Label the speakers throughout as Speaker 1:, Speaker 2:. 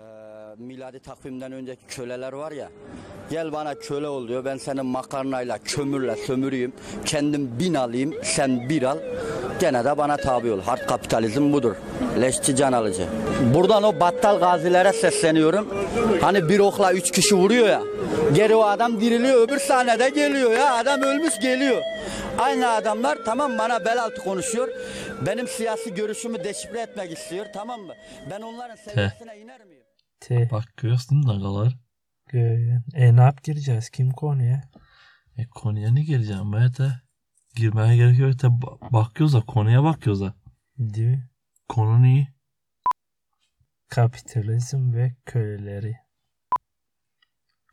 Speaker 1: Ee, miladi takvimden önceki köleler var ya. Gel bana köle ol diyor. Ben senin makarnayla, kömürle sömüreyim. Kendim bin alayım, sen bir al. Gene de bana tabi ol. Hard kapitalizm budur. Leşçi can alıcı. Buradan o battal gazilere sesleniyorum. Hani bir okla üç kişi vuruyor ya. Geri o adam diriliyor öbür sahnede geliyor ya. Adam ölmüş geliyor. Aynı adamlar tamam bana bel altı konuşuyor. Benim siyasi görüşümü deşifre etmek istiyor tamam mı? Ben onların seviyesine iner miyim?
Speaker 2: T.
Speaker 3: Bak görüyorsun ağalar.
Speaker 2: Göğün. E ne yap gireceğiz? Kim konuya?
Speaker 3: E konuya ne gireceğim be de? Girmeye gerek yok da ba- bakıyoruz da konuya bakıyoruz da.
Speaker 2: Değil mi?
Speaker 3: Konu ne?
Speaker 2: Kapitalizm ve köleleri.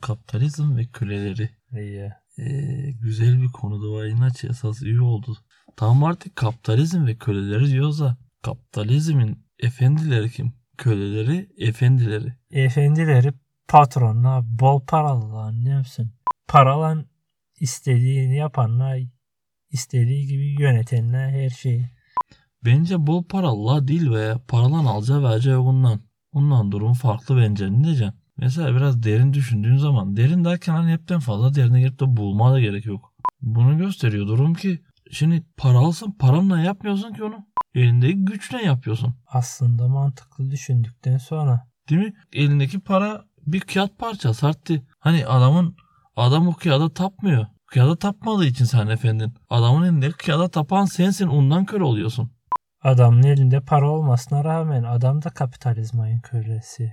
Speaker 3: Kapitalizm ve köleleri.
Speaker 2: İyi.
Speaker 3: E, güzel bir konu da var. İnaç esas iyi oldu. Tam artık kapitalizm ve köleleri diyoruz da. Kapitalizmin efendileri kim? Köleleri efendileri.
Speaker 2: Efendileri patronla bol paralılar ne yapsın? Paralan istediğini yapanla istediği gibi yönetenle her şeyi.
Speaker 3: Bence bol paralı değil ve paralan alacağı vereceği yok ondan. Ondan durum farklı bence. Ne diyeceksin? Mesela biraz derin düşündüğün zaman derin derken hani hepten fazla derine girip de bulmaya da gerek yok. Bunu gösteriyor durum ki şimdi paralısın paranla yapmıyorsun ki onu. Elindeki güçle yapıyorsun.
Speaker 2: Aslında mantıklı düşündükten sonra
Speaker 3: Değil mi? Elindeki para bir kağıt parçası arttı. Hani adamın adam o kağıda tapmıyor. Kağıda tapmadığı için sen efendin. Adamın elindeki kağıda tapan sensin ondan köle oluyorsun.
Speaker 2: adamın elinde para olmasına rağmen adam da kapitalizmayın kölesi.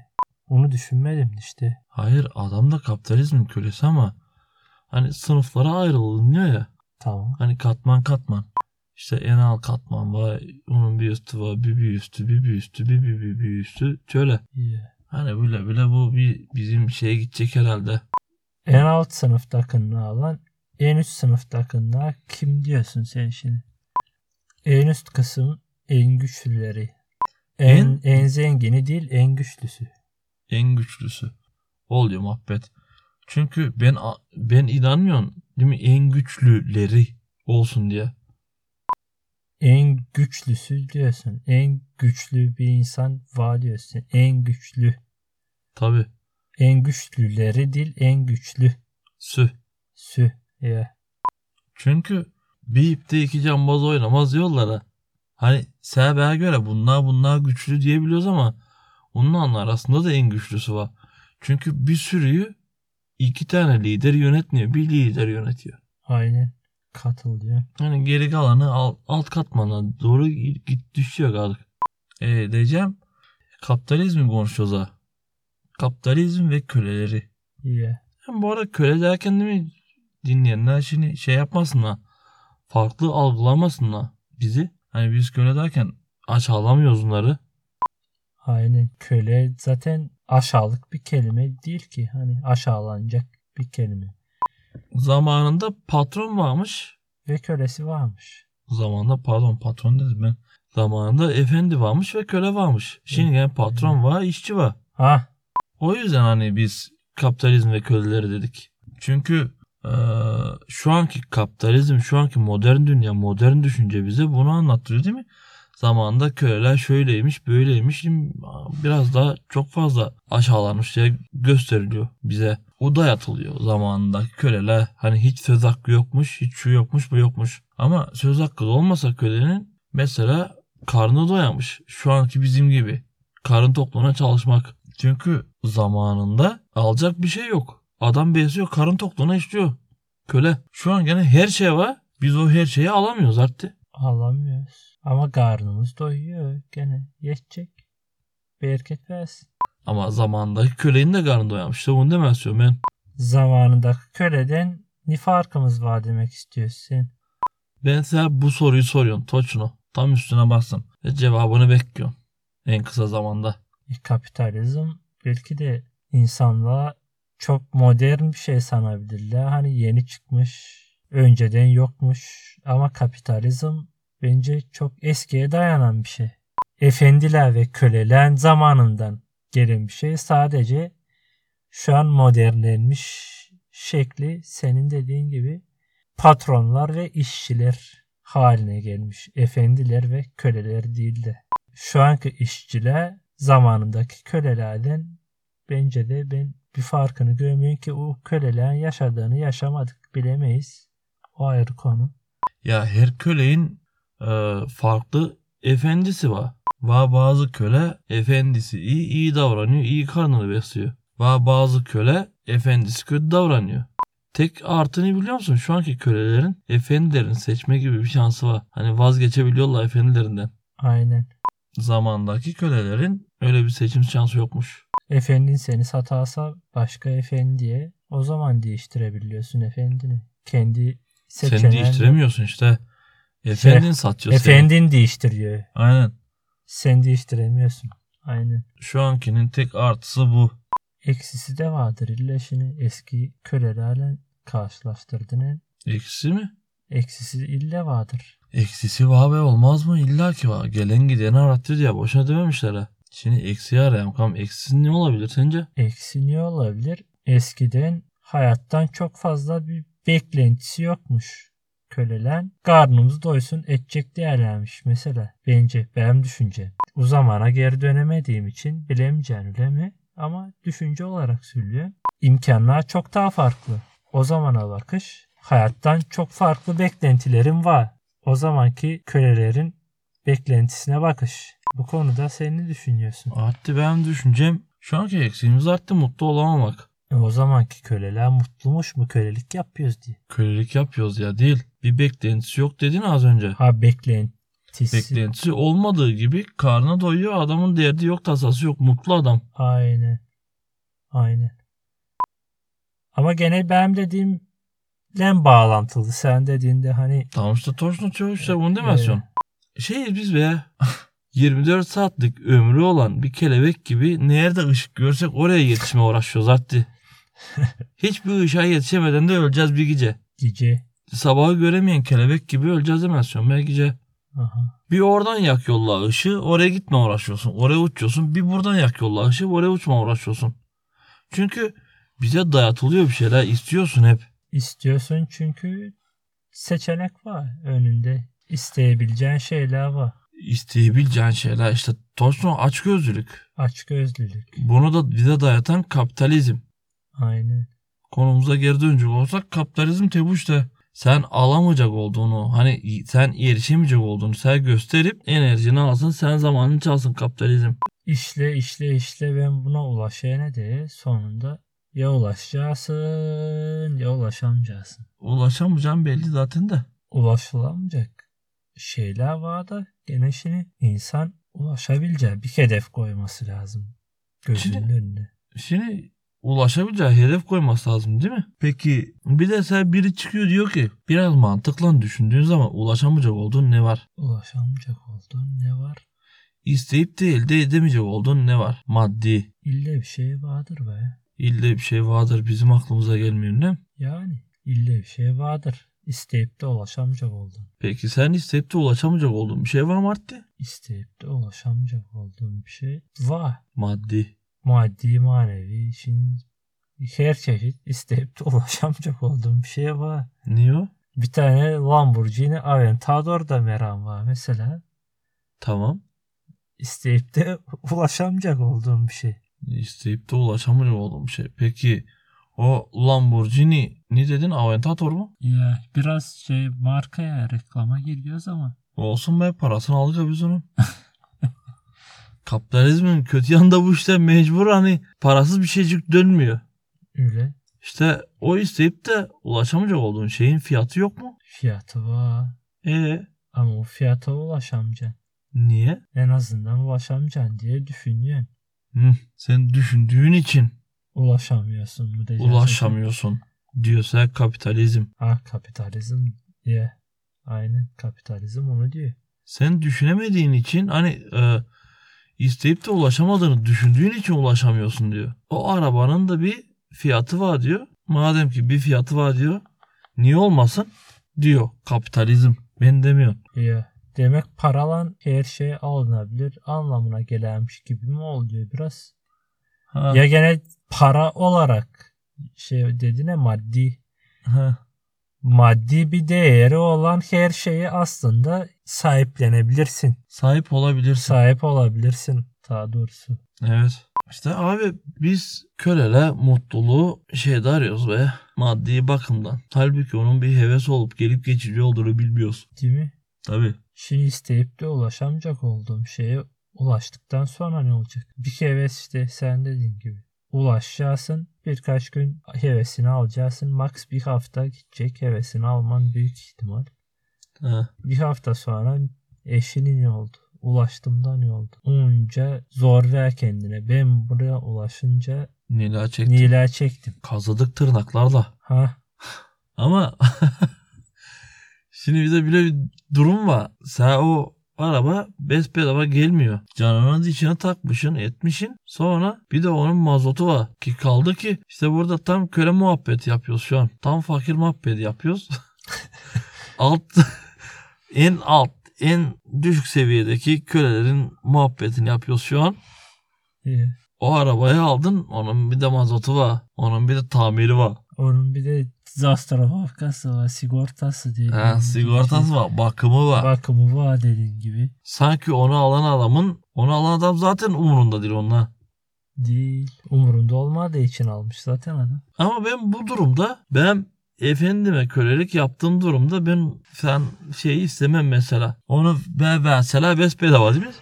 Speaker 2: Onu düşünmedim işte.
Speaker 3: Hayır adam da kapitalizmin kölesi ama hani sınıflara ayrılınıyor ya.
Speaker 2: Tamam.
Speaker 3: Hani katman katman. İşte en alt katman var. Onun bir üstü var. Bir bir üstü, bir bir üstü, bir bir bir, bir üstü. Şöyle.
Speaker 2: İyi.
Speaker 3: Hani böyle böyle bu bir bizim şeye gidecek herhalde.
Speaker 2: En alt sınıftakini alan en üst sınıftakini kim diyorsun sen şimdi? En üst kısım en güçlüleri. En, en, zengini değil en güçlüsü.
Speaker 3: En güçlüsü. Oluyor muhabbet. Çünkü ben ben inanmıyorum değil mi? En güçlüleri olsun diye.
Speaker 2: En güçlüsü diyorsun. En güçlü bir insan var diyorsun. En güçlü.
Speaker 3: Tabii.
Speaker 2: En güçlüleri değil en güçlü.
Speaker 3: Sü.
Speaker 2: Sü. Ya.
Speaker 3: Çünkü bir ipte iki cambaz oynamaz diyorlar ha. Hani Sebe'ye göre bunlar bunlar güçlü diyebiliyoruz ama onun arasında da en güçlüsü var. Çünkü bir sürüyü iki tane lider yönetmiyor. Bir lider yönetiyor.
Speaker 2: Aynen. Katılıyor.
Speaker 3: Hani geri kalanı alt, alt katmana doğru git git düşüyor artık. E diyeceğim kapitalizmi konuşuyoruz ha. Kapitalizm ve köleleri.
Speaker 2: Ya.
Speaker 3: Yani bu arada köle derken değil mi dinleyenler şimdi şey yapmasınlar. Farklı algılamasınlar bizi. Hani biz köle derken aşağılamıyoruz onları.
Speaker 2: Aynen. Köle zaten aşağılık bir kelime değil ki. Hani aşağılanacak bir kelime.
Speaker 3: Zamanında patron varmış.
Speaker 2: Ve kölesi varmış.
Speaker 3: Zamanında pardon patron dedim ben. Zamanında efendi varmış ve köle varmış. Şimdi yani patron var, işçi var.
Speaker 2: Ha
Speaker 3: O yüzden hani biz kapitalizm ve köleleri dedik. Çünkü eee, şu anki kapitalizm, şu anki modern dünya, modern düşünce bize bunu anlattırıyor değil mi? Zamanında köleler şöyleymiş, böyleymiş. Şimdi Biraz daha çok fazla aşağılanmış diye gösteriliyor bize. O dayatılıyor zamanındaki köleler. Hani hiç söz hakkı yokmuş, hiç şu yokmuş, bu yokmuş. Ama söz hakkı da olmasa kölenin mesela karnı doyamış. Şu anki bizim gibi karın tokluğuna çalışmak. Çünkü zamanında alacak bir şey yok. Adam besliyor karın tokluğuna işliyor. Köle. Şu an gene her şey var. Biz o her şeyi alamıyoruz artık.
Speaker 2: alamıyoruz. Ama karnımız doyuyor gene. Yetecek. Bereket versin.
Speaker 3: Ama zamandaki kölenin de karnı doyamış. İşte bunu demez diyorum ben.
Speaker 2: Zamanındaki köleden ne farkımız var demek istiyorsun.
Speaker 3: Ben sana bu soruyu soruyorum. Toçno. Tam üstüne bastım. Ve cevabını bekliyorum. En kısa zamanda.
Speaker 2: E, kapitalizm belki de insanlığa çok modern bir şey sanabilirler. Hani yeni çıkmış, önceden yokmuş. Ama kapitalizm bence çok eskiye dayanan bir şey. Efendiler ve köleler zamanından gelen bir şey. Sadece şu an modernlenmiş şekli senin dediğin gibi patronlar ve işçiler haline gelmiş. Efendiler ve köleler değil de şu anki işçiler zamanındaki kölelerden Bence de ben bir farkını görmüyorum ki o kölelerin yaşadığını yaşamadık bilemeyiz. O ayrı konu.
Speaker 3: Ya her kölenin e, farklı efendisi var. Var bazı köle efendisi iyi iyi davranıyor, iyi karnını besliyor. Var bazı köle efendisi kötü davranıyor. Tek artıni biliyor musun? Şu anki kölelerin efendilerini seçme gibi bir şansı var. Hani vazgeçebiliyorlar efendilerinden.
Speaker 2: Aynen.
Speaker 3: Zamandaki kölelerin öyle bir seçim şansı yokmuş.
Speaker 2: Efendin seni satarsa başka efendiye o zaman değiştirebiliyorsun efendini. Kendi seçeneğin.
Speaker 3: Seni değiştiremiyorsun işte. Efendin satıyor seni.
Speaker 2: Efendin değiştiriyor.
Speaker 3: Aynen.
Speaker 2: Sen değiştiremiyorsun. Aynen.
Speaker 3: Şu ankinin tek artısı bu.
Speaker 2: Eksisi de vardır illa şimdi eski kölelerle karşılaştırdın. en
Speaker 3: Eksisi mi?
Speaker 2: Eksisi illa vardır.
Speaker 3: Eksisi var be olmaz mı? İlla ki var. Gelen gideni arattı diye boşuna dememişler ha. Şimdi eksiği arayalım. Kam eksisi ne olabilir sence?
Speaker 2: Eksi niye olabilir? Eskiden hayattan çok fazla bir beklentisi yokmuş. Kölelen karnımız doysun edecek değerlenmiş mesela. Bence benim düşünce. O zamana geri dönemediğim için bilemeyeceğim öyle mi? Ama düşünce olarak söylüyorum. İmkanlar çok daha farklı. O zamana bakış hayattan çok farklı beklentilerim var. O zamanki kölelerin beklentisine bakış. Bu konuda sen ne düşünüyorsun?
Speaker 3: Arttı benim düşüncem. Şu anki eksiğimiz arttı mutlu olamamak.
Speaker 2: E o zamanki köleler mutlumuş mu kölelik yapıyoruz diye.
Speaker 3: Kölelik yapıyoruz ya değil. Bir beklentisi yok dedin az önce.
Speaker 2: Ha beklentisi.
Speaker 3: Beklentisi olmadığı gibi karnına doyuyor adamın derdi yok tasası yok mutlu adam.
Speaker 2: Aynen. Aynen. Ama gene benim dediğimle bağlantılı. Sen dediğinde hani
Speaker 3: Tamam işte Torsun çoğu işte bunu
Speaker 2: Evet.
Speaker 3: demezsin. Şey biz be 24 saatlik ömrü olan bir kelebek gibi nerede ışık görsek oraya yetişme uğraşıyoruz artık. Hiçbir ışığa yetişemeden de öleceğiz bir gece.
Speaker 2: gece.
Speaker 3: Sabahı göremeyen kelebek gibi öleceğiz demezsin be gece.
Speaker 2: Aha.
Speaker 3: Bir oradan yak yolla ışığı oraya gitme uğraşıyorsun. Oraya uçuyorsun. Bir buradan yak yolla ışığı oraya uçma uğraşıyorsun. Çünkü bize dayatılıyor bir şeyler istiyorsun hep.
Speaker 2: İstiyorsun çünkü seçenek var önünde. İsteyebileceğin şeyler var.
Speaker 3: İsteyebileceğin şeyler işte Torsun açgözlülük.
Speaker 2: Açgözlülük.
Speaker 3: Bunu da bize dayatan kapitalizm.
Speaker 2: Aynen.
Speaker 3: Konumuza geri dönecek olursak kapitalizm tebu işte. Sen alamayacak olduğunu, hani y- sen erişemeyecek olduğunu sen gösterip enerjini alsın, sen zamanını çalsın kapitalizm.
Speaker 2: İşle işle işle ben buna ulaşayım diye sonunda ya ulaşacaksın ya ulaşamayacaksın.
Speaker 3: Ulaşamayacağım belli zaten de.
Speaker 2: ulaşılamayacak şeyler var da gene şimdi insan ulaşabileceği bir hedef koyması lazım gözünün
Speaker 3: Şimdi-
Speaker 2: önüne.
Speaker 3: Şimdi ulaşabileceği hedef koyması lazım değil mi? Peki bir de sen biri çıkıyor diyor ki biraz mantıkla düşündüğün zaman ulaşamayacak olduğun ne var?
Speaker 2: Ulaşamayacak olduğun ne var?
Speaker 3: İsteyip de elde edemeyecek olduğun ne var? Maddi.
Speaker 2: İlle bir şey vardır be.
Speaker 3: İlle bir şey vardır bizim aklımıza gelmiyor ne?
Speaker 2: Yani ille bir şey vardır. İsteyip de ulaşamayacak olduğun.
Speaker 3: Peki sen isteyip de ulaşamayacak olduğun bir şey var mı Artti?
Speaker 2: İsteyip de ulaşamayacak olduğun bir şey var.
Speaker 3: Maddi.
Speaker 2: Maddi manevi şimdi her çeşit isteyip de ulaşamayacak olduğun bir şey var.
Speaker 3: Niye o?
Speaker 2: Bir tane Lamborghini Aventador da meram var mesela.
Speaker 3: Tamam.
Speaker 2: isteyip de ulaşamayacak olduğum bir şey.
Speaker 3: İsteyip de ulaşamayacak olduğun bir şey. Peki o Lamborghini ne dedin? Aventador mu?
Speaker 2: Ya biraz şey markaya reklama giriyoruz ama.
Speaker 3: Olsun be parasını alacağız biz onun. Kapitalizmin kötü yanı da bu işte mecbur hani parasız bir şeycik dönmüyor.
Speaker 2: Öyle
Speaker 3: İşte o isteyip de ulaşamayacak olduğun şeyin fiyatı yok mu?
Speaker 2: fiyatı var
Speaker 3: E
Speaker 2: ama o fiyata ulaşamayacaksın.
Speaker 3: niye?
Speaker 2: En azından ulaşamayacaksın diye düşünüyorsun.
Speaker 3: Hı, sen düşündüğün için
Speaker 2: Ulaşamıyorsun mu diyeceksin.
Speaker 3: ulaşamıyorsun diyorsa kapitalizm.
Speaker 2: Ah kapitalizm diye. Aynen kapitalizm onu diyor.
Speaker 3: Sen düşünemediğin için hani e, isteyip de ulaşamadığını düşündüğün için ulaşamıyorsun diyor. O arabanın da bir fiyatı var diyor. Madem ki bir fiyatı var diyor. Niye olmasın? Diyor kapitalizm. Ben demiyorum.
Speaker 2: Ya demek paralan her şey alınabilir anlamına gelmiş gibi mi oluyor biraz?
Speaker 3: Ha,
Speaker 2: Ya gene para olarak şey dediğine maddi
Speaker 3: ha.
Speaker 2: maddi bir değeri olan her şeyi aslında sahiplenebilirsin.
Speaker 3: Sahip olabilirsin.
Speaker 2: Sahip olabilirsin daha doğrusu.
Speaker 3: evet. İşte abi biz kölele mutluluğu şeyde arıyoruz be. Maddi bakımdan. Halbuki onun bir heves olup gelip geçici olduğunu bilmiyoruz.
Speaker 2: Değil mi?
Speaker 3: Tabii.
Speaker 2: Şimdi isteyip de ulaşamayacak olduğum şeye ulaştıktan sonra ne olacak? Bir heves işte sen dediğin gibi. Ulaşacaksın birkaç gün hevesini alacaksın. Max bir hafta gidecek hevesini alman büyük ihtimal.
Speaker 3: Ha.
Speaker 2: Bir hafta sonra eşinin ne oldu? Ulaştığımda ne oldu? Onca zor ver kendine. Ben buraya ulaşınca
Speaker 3: Nila çekti.
Speaker 2: niler çektim.
Speaker 3: Kazıdık tırnaklarla.
Speaker 2: Ha
Speaker 3: Ama şimdi bize bile bir durum var. Sen o araba besbelava gelmiyor. Canının içine takmışın etmişin. Sonra bir de onun mazotu var. Ki kaldı ki işte burada tam köle muhabbeti yapıyoruz şu an. Tam fakir muhabbeti yapıyoruz. alt en alt en düşük seviyedeki kölelerin muhabbetini yapıyoruz şu an.
Speaker 2: iyi.
Speaker 3: O arabayı aldın. Onun bir de mazotu var. Onun bir de tamiri var.
Speaker 2: Onun bir de disaster hafkası var. Sigortası diye. şey.
Speaker 3: Ha, sigortası var. Bakımı var.
Speaker 2: Bakımı var dediğin gibi.
Speaker 3: Sanki onu alan adamın, onu alan adam zaten umurunda değil onunla.
Speaker 2: Değil. Umurunda olmadığı için almış zaten adam.
Speaker 3: Ama ben bu durumda ben efendime kölelik yaptığım durumda ben sen şeyi istemem mesela. Onu ben mesela besbedava değil mi?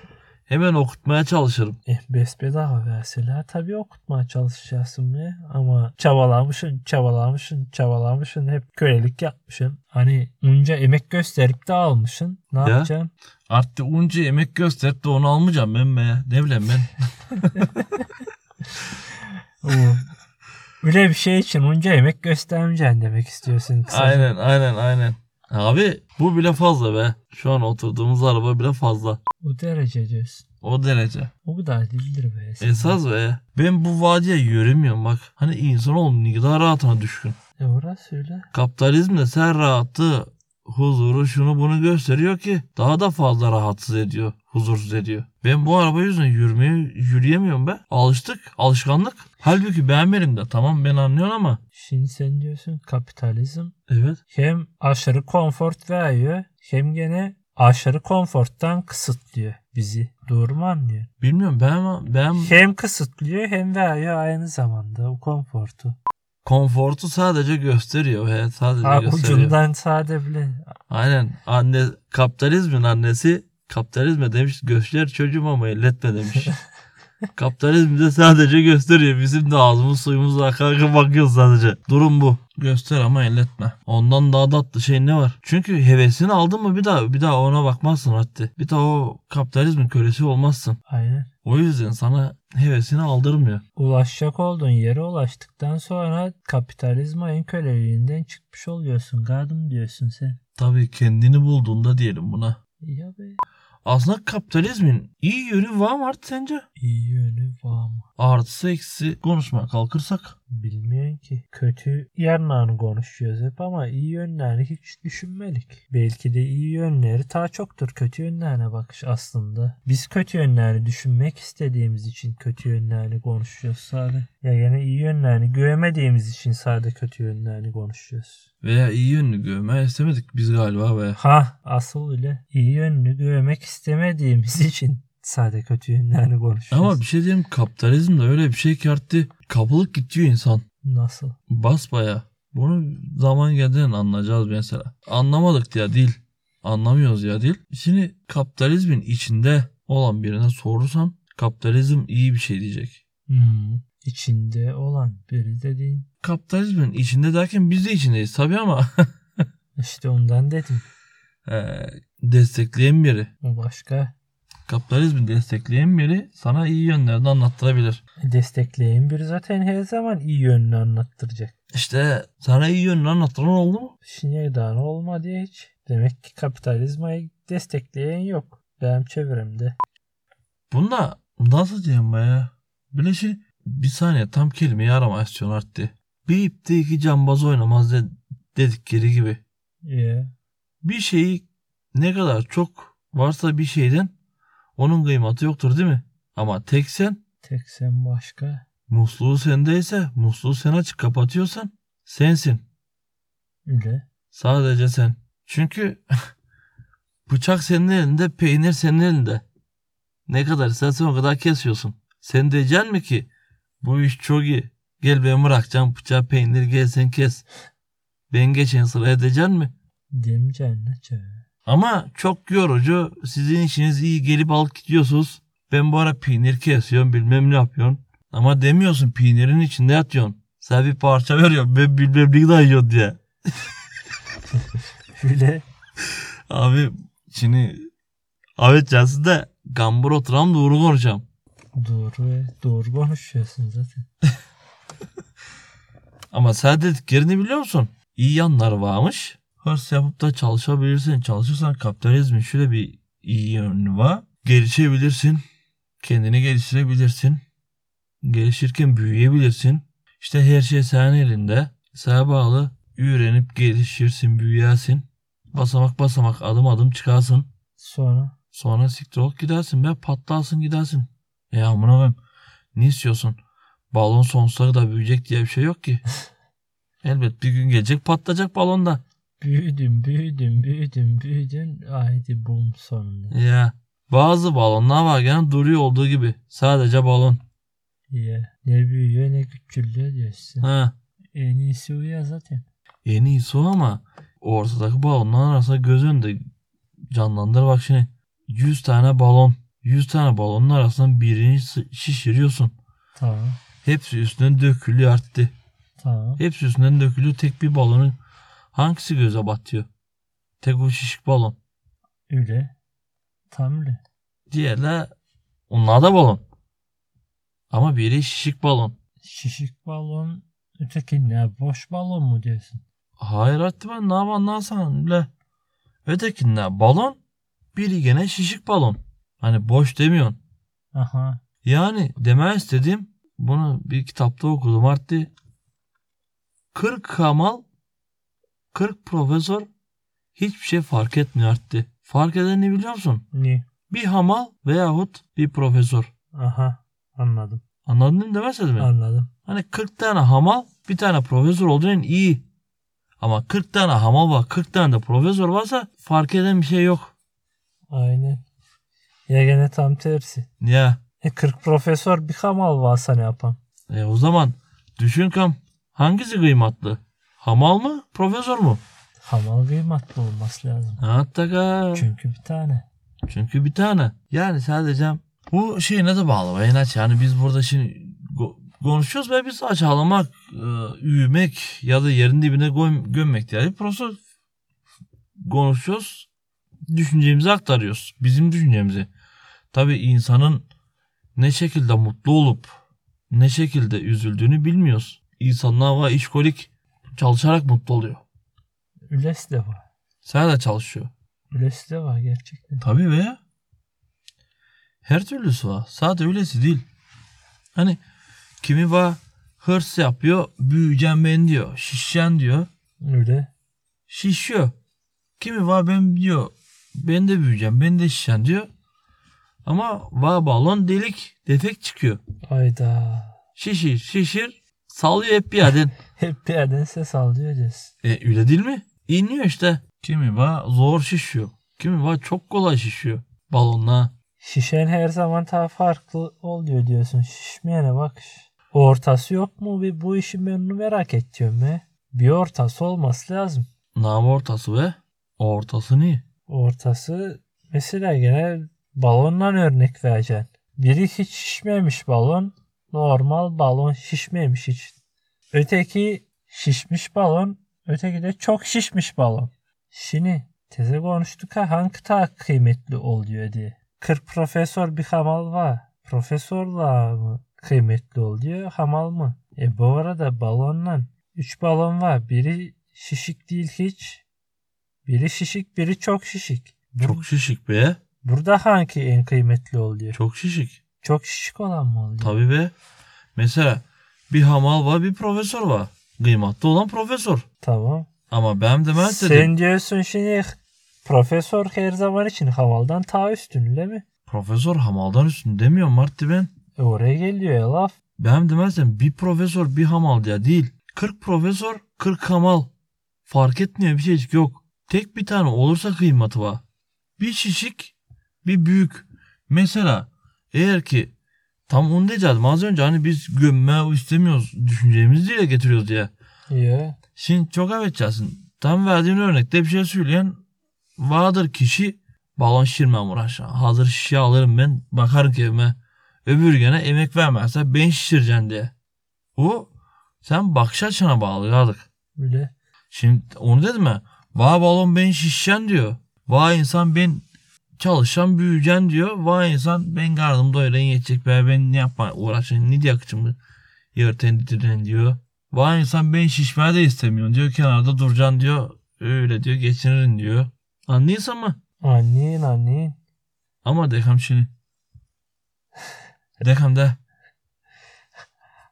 Speaker 3: Hemen okutmaya çalışırım.
Speaker 2: E, besbedava verseler tabii okutmaya çalışacaksın mı? Ama çabalamışsın, çabalamışsın, çabalamışsın. Hep kölelik yapmışsın. Hani bunca emek gösterip de almışsın. Ne
Speaker 3: Ya.
Speaker 2: yapacaksın?
Speaker 3: Artık unca emek gösterip de onu almayacağım ben be. Ne bileyim ben.
Speaker 2: Oo. Öyle bir şey için onca emek göstermeyeceksin demek istiyorsun. kısaca.
Speaker 3: aynen aynen aynen. Abi bu bile fazla be. Şu an oturduğumuz araba bile fazla.
Speaker 2: O derece diyorsun.
Speaker 3: O derece.
Speaker 2: O kadar değildir be.
Speaker 3: Esas be. Ben bu vadiye yürümüyorum bak. Hani insan oğlum ne kadar rahatına düşkün.
Speaker 2: E orası öyle.
Speaker 3: Kapitalizmde sen rahatı, huzuru şunu bunu gösteriyor ki daha da fazla rahatsız ediyor, huzursuz ediyor. Ben bu araba yüzünden yürümeye yürüyemiyorum be. Alıştık, alışkanlık. Halbuki beğenmedim de tamam ben anlıyorum ama.
Speaker 2: Şimdi sen diyorsun kapitalizm
Speaker 3: Evet.
Speaker 2: hem aşırı konfor veriyor hem gene aşırı konforttan kısıtlıyor bizi. Doğru mu anlıyor?
Speaker 3: Bilmiyorum ben ben
Speaker 2: Hem kısıtlıyor hem veriyor aynı zamanda o konfortu.
Speaker 3: konfortu sadece gösteriyor. He, sadece
Speaker 2: Ha,
Speaker 3: gösteriyor.
Speaker 2: ucundan sade bile.
Speaker 3: Aynen. Anne kapitalizmin annesi kapitalizme demiş göster çocuğum ama elletme demiş. Kapitalizm bize sadece gösteriyor. Bizim de ağzımız suyumuz akar bakıyoruz sadece. Durum bu. Göster ama elletme. Ondan daha tatlı şey ne var? Çünkü hevesini aldın mı bir daha bir daha ona bakmazsın hatta. Bir daha o kapitalizmin kölesi olmazsın.
Speaker 2: Aynen.
Speaker 3: O yüzden sana hevesini aldırmıyor.
Speaker 2: Ulaşacak olduğun yere ulaştıktan sonra kapitalizmayın köleliğinden çıkmış oluyorsun. Gardım diyorsun sen.
Speaker 3: Tabii kendini bulduğunda diyelim buna.
Speaker 2: Ya be.
Speaker 3: Aslında kapitalizmin iyi yönü var mı artık sence?
Speaker 2: İyi yönü var mı?
Speaker 3: artısı eksi konuşmaya kalkırsak
Speaker 2: Bilmiyorum ki. Kötü yanlarını konuşuyoruz hep ama iyi yönlerini hiç düşünmedik. Belki de iyi yönleri daha çoktur kötü yönlerine bakış aslında. Biz kötü yönlerini düşünmek istediğimiz için kötü yönlerini konuşuyoruz sadece. Ya gene iyi yönlerini göremediğimiz için sadece kötü yönlerini konuşuyoruz.
Speaker 3: veya iyi yönünü görmeye istemedik biz galiba be.
Speaker 2: Ha asıl öyle. iyi yönünü görmek istemediğimiz için sadece kötü yönlerini konuşuyoruz.
Speaker 3: Ama bir şey diyeyim kapitalizm de öyle bir şey ki artık kapılıp gidiyor insan.
Speaker 2: Nasıl?
Speaker 3: Basbaya. Bunu zaman geldiğinde anlayacağız mesela. Anlamadık ya değil. Anlamıyoruz ya değil. Şimdi kapitalizmin içinde olan birine sorursan kapitalizm iyi bir şey diyecek.
Speaker 2: Hmm. İçinde olan biri dediğin.
Speaker 3: Kapitalizmin içinde derken biz de içindeyiz tabii ama
Speaker 2: İşte ondan dedim.
Speaker 3: eee, destekleyen biri.
Speaker 2: O başka.
Speaker 3: Kapitalizmi destekleyen biri sana iyi yönlerini anlattırabilir.
Speaker 2: Destekleyen biri zaten her zaman iyi yönünü anlattıracak.
Speaker 3: İşte sana iyi yönünü anlattıran oldu mu?
Speaker 2: Şinyayı daha ne olmadı ya hiç. Demek ki kapitalizmayı destekleyen yok. Benim çevremde.
Speaker 3: Bunda nasıl diyeyim be ya? Böyle şey bir saniye tam kelimeyi arama istiyorsun arttı. Bir ipte iki cambaz oynamaz de, dedikleri gibi.
Speaker 2: Ya.
Speaker 3: Bir şeyi ne kadar çok varsa bir şeyden onun kıymeti yoktur değil mi? Ama tek sen
Speaker 2: Tek sen başka.
Speaker 3: musluğu sendeyse musluğu sen açık kapatıyorsan sensin.
Speaker 2: Öyle.
Speaker 3: Sadece sen. Çünkü bıçak senin elinde, peynir senin elinde. Ne kadar istersen o kadar kesiyorsun. Sen diyeceksin mi ki bu iş çok iyi. Gel ben bırakacağım bıçağı peynir gel sen kes. Ben geçen sıraya diyeceksin mi?
Speaker 2: Demeyeceksin ne çe.
Speaker 3: Ama çok yorucu. Sizin işiniz iyi gelip alıp gidiyorsunuz. Ben bu ara peynir kesiyorum bilmem ne yapıyorsun. Ama demiyorsun peynirin içinde yatıyorsun. Sen bir parça veriyorsun ben bilmem ne kadar yiyorsun diye.
Speaker 2: Öyle
Speaker 3: Abi şimdi Ahmet Cansı da gambur oturam doğru konuşacağım.
Speaker 2: doğru doğru konuşuyorsun zaten.
Speaker 3: Ama sen dediklerini biliyor musun? İyi yanları varmış. Hırs yapıp da çalışabilirsin. Çalışırsan kapitalizmin şöyle bir iyi yönü var. Gelişebilirsin. Kendini geliştirebilirsin. Gelişirken büyüyebilirsin. İşte her şey senin elinde. Sana bağlı. Öğrenip gelişirsin, büyüyersin. Basamak basamak adım adım çıkarsın.
Speaker 2: Sonra
Speaker 3: Sonra siktir olup gidersin be patlarsın gidersin. E amına koyayım. Ne istiyorsun? Balon sonsuza kadar büyüyecek diye bir şey yok ki. Elbet bir gün gelecek patlayacak balonda.
Speaker 2: büyüdüm büyüdüm büyüdüm büyüdüm. Haydi bum sonunda.
Speaker 3: Ya bazı balonlar var gene duruyor olduğu gibi. Sadece balon.
Speaker 2: Ya, ne büyüyor ne küçülüyor diyorsun.
Speaker 3: Ha.
Speaker 2: En iyisi o ya zaten.
Speaker 3: En iyisi o ama ortadaki balonlar arasında göz önünde canlandır bak şimdi. 100 tane balon. 100 tane balonun arasından birini sı- şişiriyorsun.
Speaker 2: Tamam
Speaker 3: Hepsi üstüne dökülüyor arttı.
Speaker 2: tamam.
Speaker 3: Hepsi üstünden dökülü tek bir balonun hangisi göze batıyor? Tek o şişik balon.
Speaker 2: Öyle. Tam öyle.
Speaker 3: Diğerler onlar da balon. Ama biri şişik balon.
Speaker 2: Şişik balon öteki ne boş balon mu diyorsun?
Speaker 3: Hayır artık ben ne yapayım lan sen bile. Ötekinden balon biri gene şişik balon. Hani boş demiyorsun.
Speaker 2: Aha
Speaker 3: Yani demek istediğim bunu bir kitapta okudum arttı. 40 kamal 40 profesör hiçbir şey fark etmiyor arttı. Fark eden ne biliyor musun?
Speaker 2: ni
Speaker 3: Bir hamal veyahut bir profesör.
Speaker 2: aha anladım
Speaker 3: Anladın mı demezsiniz mi?
Speaker 2: anladım.
Speaker 3: Hani 40 tane hamal bir tane profesör olduğun iyi. Ama 40 tane hamal var 40 tane de profesör varsa fark eden bir şey yok.
Speaker 2: Aynen. Ya gene tam tersi.
Speaker 3: Ya
Speaker 2: E 40 profesör bir kamal varsa ne yapam?
Speaker 3: e, o zaman düşün kam hangisi kıymetli? Hamal mı profesör mü?
Speaker 2: Kamal kıymetli olması lazım.
Speaker 3: Hatta ka.
Speaker 2: Çünkü bir tane.
Speaker 3: Çünkü bir tane. Yani sadece bu şey ne de bağlı be İnaç. Yani biz burada şimdi go- konuşuyoruz ve biz aşağılamak, e, üyümek ya da yerin dibine göm- gömmek diye bir proses konuşuyoruz. Düşüncemizi aktarıyoruz. Bizim düşüncemizi. Tabii insanın ne şekilde mutlu olup ne şekilde üzüldüğünü bilmiyoruz. İnsanlar var işkolik çalışarak mutlu oluyor.
Speaker 2: Üles de var.
Speaker 3: Sadece çalışıyor.
Speaker 2: Üles de var gerçekten.
Speaker 3: Tabii be. Her türlüsü var. Sadece öylesi değil. Hani kimi var hırs yapıyor. Büyüyeceğim ben diyor. Şişeceğim diyor.
Speaker 2: Öyle.
Speaker 3: Şişiyor. Kimi var ben diyor. Ben de büyüyeceğim. Ben de şişeceğim diyor. Ama var balon delik defek çıkıyor.
Speaker 2: Ayda.
Speaker 3: Şişir şişir. Sallıyor hep bir yerden.
Speaker 2: Hep bir yerden ses alıyor diyorsun.
Speaker 3: E öyle değil mi? İniyor işte. Kimi var zor şişiyor. Kimi var çok kolay şişiyor. Balonla.
Speaker 2: Şişen her zaman daha farklı oluyor diyorsun. Şişmeyene bak. Ortası yok mu? Bir bu işin ben onu merak ediyorum be. Bir ortası olması lazım.
Speaker 3: Nam ortası ve ortası ne?
Speaker 2: Ortası mesela gene balondan örnek vereceksin. Biri hiç şişmemiş balon. Normal balon şişmemiş hiç. Öteki şişmiş balon. Öteki de çok şişmiş balon. Şimdi teze konuştuk ha hangi daha kıymetli oluyor diye. 40 profesör bir hamal var. Profesörla mı kıymetli oluyor hamal mı? E bu arada balonla 3 balon var. Biri şişik değil hiç. Biri şişik biri çok şişik. Bu-
Speaker 3: Çok şişik be.
Speaker 2: Burada hangi en kıymetli oluyor? Çok,
Speaker 3: Çok şişik.
Speaker 2: şişik olan mı oluyor?
Speaker 3: Tabii be. Mesela bir hamal var bir profesör var. Kıymetli olan profesör.
Speaker 2: Tamam.
Speaker 3: Ama ben de ben dedim.
Speaker 2: Sen diyorsun şimdi profesör her zaman için hamaldan ta üstün öyle mi?
Speaker 3: Profesör hamaldan üstün demiyorum Marti ben.
Speaker 2: E oraya geliyor ya laf.
Speaker 3: Ben demezsem bir profesör bir hamal diye değil. 40 profesör 40 hamal. Fark etmiyor bir şey yok. Tek bir tane olursa kıymeti var. Bir şişik bir büyük. Mesela eğer ki Tam onu diyeceğim. Az önce hani biz gömme istemiyoruz düşüncemizi dile getiriyoruz diye.
Speaker 2: Yo.
Speaker 3: Şimdi çok evet Yasin. Tam verdiğin örnekte bir şey söyleyen vardır kişi balon şişirmem uğraşan. Hazır şişe alırım ben bakarım ki evime. Öbür güne emek vermezse ben şişireceğim diye. O sen bakış açına bağlı artık.
Speaker 2: Öyle.
Speaker 3: Şimdi onu dedim mi? Vay balon ben şişeceğim diyor. Vay insan ben çalışan büyüyeceğim diyor. Vay insan ben karnım doyuran yetecek be ben ne yapma uğraşın ne diye kıçımı yırtın ditiren diyor. Vay insan ben şişmeye de istemiyorum diyor. Kenarda duracaksın diyor. Öyle diyor geçinirin diyor. Anlıyorsun mı?
Speaker 2: Annen annen.
Speaker 3: Ama dekam şimdi. Dekam de.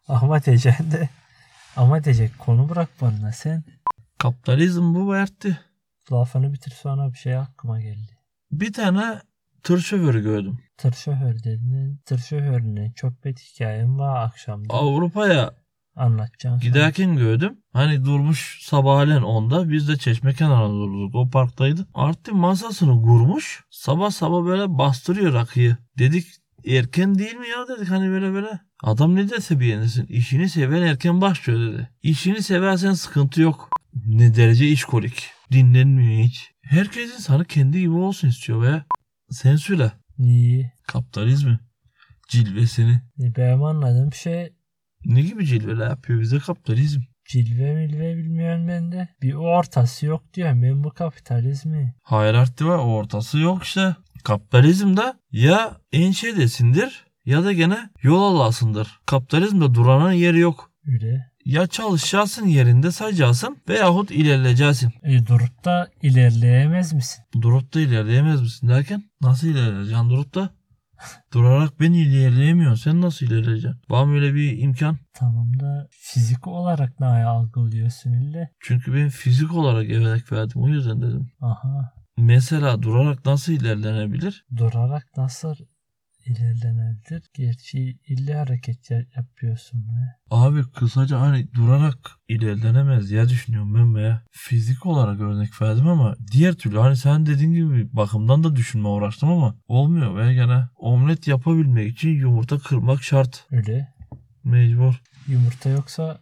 Speaker 2: Ama diyeceksin de. Ama diyecek konu bırak bana sen.
Speaker 3: Kapitalizm bu verdi.
Speaker 2: Lafını bitir sonra bir şey aklıma geldi.
Speaker 3: Bir tane tır şoförü gördüm.
Speaker 2: Tır şoför dedin. Tır şoförüne çok bir hikayem var akşamda.
Speaker 3: Avrupa'ya
Speaker 2: Anlatacağım. sana.
Speaker 3: Giderken gördüm. Hani durmuş sabahleyin onda. Biz de çeşme kenarında durduk. O parktaydı. Artık masasını kurmuş. Sabah sabah böyle bastırıyor rakıyı. Dedik erken değil mi ya dedik hani böyle böyle. Adam ne dese beğenirsin. İşini seven erken başlıyor dedi. İşini seversen sıkıntı yok. Ne derece işkolik. Dinlenmiyor hiç. Herkes insanı kendi gibi olsun istiyor ve sen söyle.
Speaker 2: İyi.
Speaker 3: Kapitalizmi. Cilvesini.
Speaker 2: E, Benim anladığım şey
Speaker 3: Ne gibi cilveler yapıyor bize kapitalizm?
Speaker 2: cilve milve bilmiyorum ben de. Bir ortası yok diyorum ben bu kapitalizmi.
Speaker 3: Hierarşi var ortası yok işte. Kapitalizmde ya enşedesindir ya da gene yol alasındır. Kapitalizmde duranın yeri yok.
Speaker 2: Öyle.
Speaker 3: Ya çalışacaksın yerinde sayacaksın veyahut ilerleyeceksin.
Speaker 2: E, durup da ilerleyemez misin?
Speaker 3: Durup da ilerleyemez misin derken nasıl ilerleyeceksin durup da? Durarak ben ilerleyemiyorum. Sen nasıl ilerleyeceksin? Var mı öyle bir imkan?
Speaker 2: Tamam da fizik olarak ne algılıyorsun ille?
Speaker 3: Çünkü ben fizik olarak evrek verdim. O yüzden dedim.
Speaker 2: Aha.
Speaker 3: Mesela durarak nasıl ilerlenebilir?
Speaker 2: Durarak nasıl ilerlenebilir? Gerçi ille hareketler yapıyorsun be.
Speaker 3: Abi kısaca hani durarak ilerlenemez diye düşünüyorum ben veya fizik olarak örnek verdim ama diğer türlü hani sen dediğin gibi bir bakımdan da düşünme uğraştım ama olmuyor veya gene omlet yapabilmek için yumurta kırmak şart
Speaker 2: Öyle.
Speaker 3: mecbur.
Speaker 2: Yumurta yoksa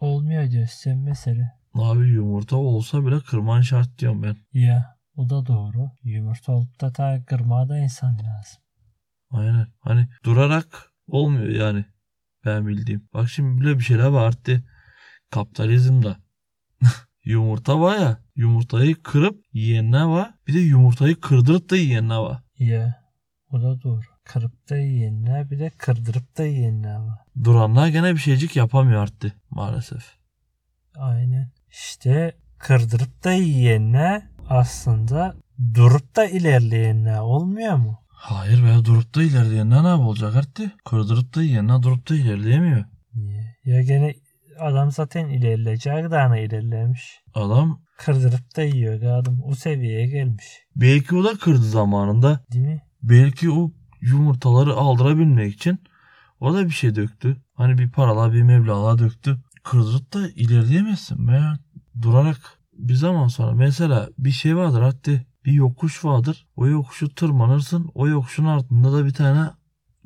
Speaker 2: olmuyor diyorsun sen mesela.
Speaker 3: Abi yumurta olsa bile kırman şart diyorum ben.
Speaker 2: Ya o da doğru. Yumurta olup da ta kırmaya da insan lazım.
Speaker 3: Aynen hani durarak olmuyor yani ben bildiğim. Bak şimdi bile bir şeyler var arttı kapitalizmde. Yumurta var ya yumurtayı kırıp yiyenler var bir de yumurtayı kırdırıp da yiyenler var.
Speaker 2: Ya o da doğru. Kırıp da yiyenler bir de kırdırıp da yiyenler var.
Speaker 3: Duranlar gene bir şeycik yapamıyor arttı maalesef.
Speaker 2: Aynen. İşte kırdırıp da yiyenler aslında durup da ilerleyenler olmuyor mu?
Speaker 3: Hayır veya durup da ilerleyenler ne olacak arttı? Kırdırıp da yiyenler durup da ilerleyemiyor.
Speaker 2: Niye? Ya gene adam zaten ilerleyecek daha ilerlemiş.
Speaker 3: Adam
Speaker 2: Kırdırıp da yiyor adam. O seviyeye gelmiş.
Speaker 3: belki o da kırdı zamanında.
Speaker 2: Değil mi?
Speaker 3: Belki o yumurtaları aldırabilmek için o da bir şey döktü. Hani bir paralar bir meblağlar döktü. Kırdırıp da ilerleyemezsin. Veya durarak bir zaman sonra mesela bir şey vardır hadi bir yokuş vardır. O yokuşu tırmanırsın. O yokuşun altında da bir tane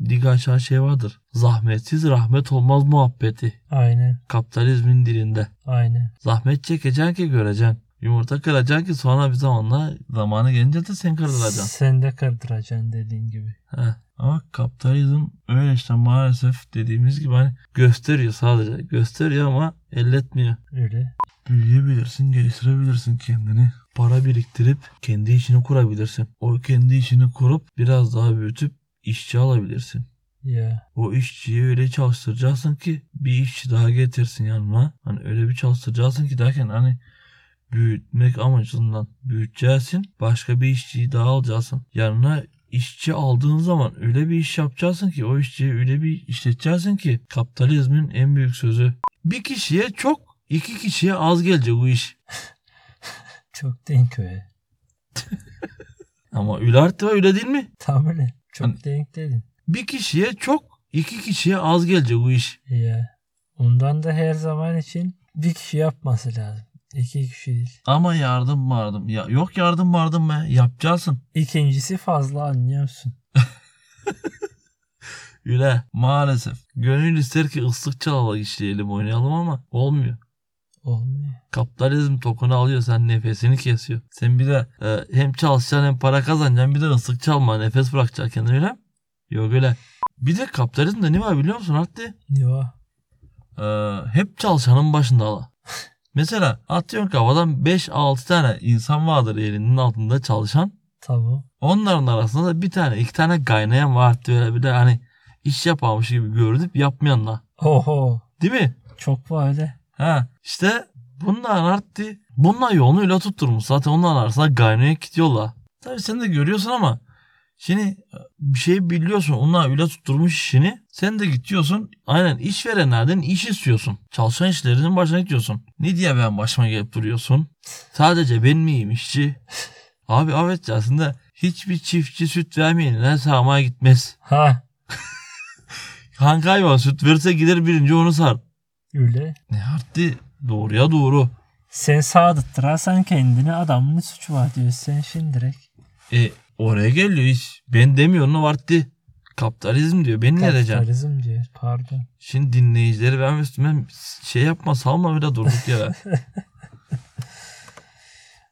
Speaker 3: dik aşağı şey vardır. Zahmetsiz rahmet olmaz muhabbeti.
Speaker 2: Aynen.
Speaker 3: Kapitalizmin dilinde.
Speaker 2: Aynen.
Speaker 3: Zahmet çekeceksin ki göreceksin. Yumurta kıracaksın ki sonra bir zamanla zamanı gelince de sen kırdıracaksın.
Speaker 2: Sen de kırdıracaksın dediğin gibi.
Speaker 3: Heh. Ama kapitalizm öyle işte maalesef dediğimiz gibi hani gösteriyor sadece. Gösteriyor ama elletmiyor.
Speaker 2: Öyle.
Speaker 3: Büyüyebilirsin, geliştirebilirsin kendini. Para biriktirip kendi işini kurabilirsin. O kendi işini kurup biraz daha büyütüp işçi alabilirsin.
Speaker 2: Ya.
Speaker 3: O işçiyi öyle çalıştıracaksın ki bir işçi daha getirsin yanına. Hani öyle bir çalıştıracaksın ki derken hani büyütmek amacından büyüteceksin. Başka bir işçiyi daha alacaksın. Yanına işçi aldığın zaman öyle bir iş yapacaksın ki o işçiyi öyle bir işleteceksin ki kapitalizmin en büyük sözü. Bir kişiye çok iki kişiye az gelecek bu iş.
Speaker 2: Çok denk öyle.
Speaker 3: Ama Ülart da öyle değil mi?
Speaker 2: Tam öyle. Çok
Speaker 3: Hani-
Speaker 2: denk dedin.
Speaker 3: Bir kişiye çok iki kişiye az gelecek bu iş.
Speaker 2: Ya. Ondan da her zaman için bir kişi yapması lazım. İki kişi değil.
Speaker 3: Ama yardım vardım. Ya yok yardım vardım be. Yapacaksın.
Speaker 2: İkincisi fazla anlıyorsun.
Speaker 3: Güle. Maalesef. Gönül ister ki ıslık çalalım işleyelim oynayalım ama olmuyor.
Speaker 2: Olmuyor.
Speaker 3: Kapitalizm tokunu alıyor sen nefesini kesiyor. Sen bir de e, hem çalışacaksın hem para kazanacaksın bir de ıslık çalma nefes bırakacaksın kendine öyle. mi? Yok öyle. Bir de kapitalizmde ne var biliyor musun Hatta
Speaker 2: Yo.
Speaker 3: Ee, hep çalışanın başında ala. Mesela atıyorum kafadan 5-6 tane insan vardır elinin altında çalışan.
Speaker 2: Tamam.
Speaker 3: Onların arasında da bir tane iki tane kaynayan var böyle bir de hani iş yaparmış gibi görünüp yapmayanlar.
Speaker 2: Oho.
Speaker 3: Değil mi?
Speaker 2: Çok var öyle.
Speaker 3: Ha işte bunlar arttı. Bunlar yolunu öyle tutturmuş. Zaten onlar arasında kaynaya gidiyorlar. Tabii sen de görüyorsun ama şimdi bir şey biliyorsun. Onlar öyle tutturmuş işini. Sen de gidiyorsun. Aynen işverenlerden iş istiyorsun. Çalışan işlerinin başına gidiyorsun. Ne diye ben başıma gelip duruyorsun? Sadece ben miyim işçi? Abi evet aslında hiçbir çiftçi süt vermeyenine sağmaya gitmez.
Speaker 2: Ha.
Speaker 3: Kanka hayvan süt verirse gider birinci onu sar.
Speaker 2: Öyle.
Speaker 3: Ne arttı? Doğruya doğru.
Speaker 2: Sen sağdıttırarsan kendini adamın suçu var diyor. Sen şimdi direkt.
Speaker 3: E oraya geliyor iş. Ben demiyorum ne vardı. Kapitalizm diyor. Beni ne edeceksin?
Speaker 2: Kapitalizm diyor. Pardon.
Speaker 3: Şimdi dinleyicileri ben üstüme şey yapma salma bile durduk yere.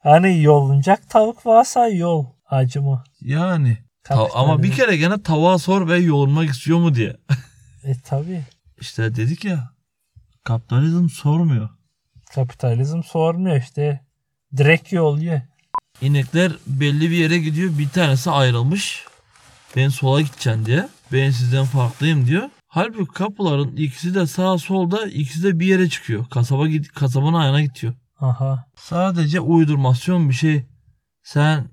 Speaker 2: Hani yolunacak tavuk varsa yol. Acımı.
Speaker 3: yani. ta- ama bir kere gene tavuğa sor ve yoğurmak istiyor mu diye.
Speaker 2: E tabi.
Speaker 3: İşte dedik ya. Kapitalizm sormuyor.
Speaker 2: Kapitalizm sormuyor işte. Direkt yolluyor.
Speaker 3: İnekler belli bir yere gidiyor. Bir tanesi ayrılmış. Ben sola gideceğim diye. Ben sizden farklıyım diyor. Halbuki kapıların ikisi de sağ solda ikisi de bir yere çıkıyor. Kasaba gid kasabanın ayağına gidiyor.
Speaker 2: Aha.
Speaker 3: Sadece uydurmasyon bir şey. Sen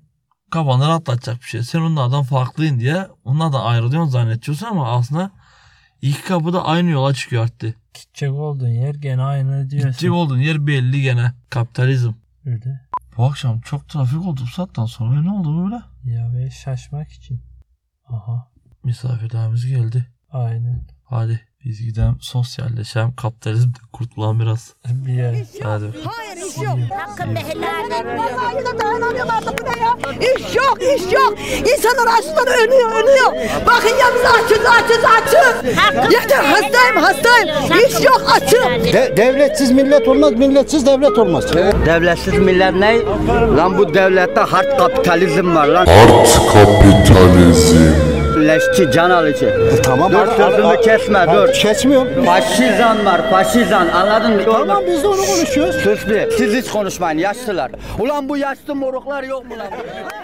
Speaker 3: kafanı rahatlatacak bir şey. Sen onlardan farklıyın diye onlardan ayrılıyorsun zannediyorsun ama aslında iki kapı da aynı yola çıkıyor artık.
Speaker 2: Gidecek olduğun yer gene aynı diyorsun.
Speaker 3: Gidecek olduğun yer belli gene. Kapitalizm.
Speaker 2: Öyle.
Speaker 3: Bu akşam çok trafik oldu bu saatten sonra ne oldu böyle?
Speaker 2: Ya ve şaşmak için. Aha.
Speaker 3: Misafirlerimiz geldi.
Speaker 2: Aynen.
Speaker 3: Hadi biz gidelim sosyalleşelim kapitalizmden kurtulalım biraz.
Speaker 2: Bir yer.
Speaker 3: Hadi.
Speaker 4: Hayır iş yok. Hakkında helal vermiyorum.
Speaker 5: Vallahi dayanamıyorlar bu ne ya? İş yok, iş yok. İnsanlar açlıktan ölüyor, ölüyor. Bakın ya biz açız, açız, açız. Yeter hastayım, hastayım. İş yok, açım.
Speaker 6: De- devletsiz millet olmaz, milletsiz devlet olmaz.
Speaker 1: Devletsiz millet ne? Lan bu devlette hard kapitalizm var lan.
Speaker 7: Art Kapitalizm
Speaker 1: Leşçi, can alıcı.
Speaker 6: E, tamam.
Speaker 1: Dur,
Speaker 6: hadi, hadi,
Speaker 1: sözümü
Speaker 6: hadi.
Speaker 1: kesme,
Speaker 6: Ha,
Speaker 1: dur.
Speaker 6: Kesmiyorum.
Speaker 1: Faşizan var, faşizan. Anladın mı?
Speaker 6: Tamam biz de onu konuşuyoruz.
Speaker 1: Sus bir. Siz hiç konuşmayın yaşlılar. Ulan bu yaşlı moruklar yok mu lan?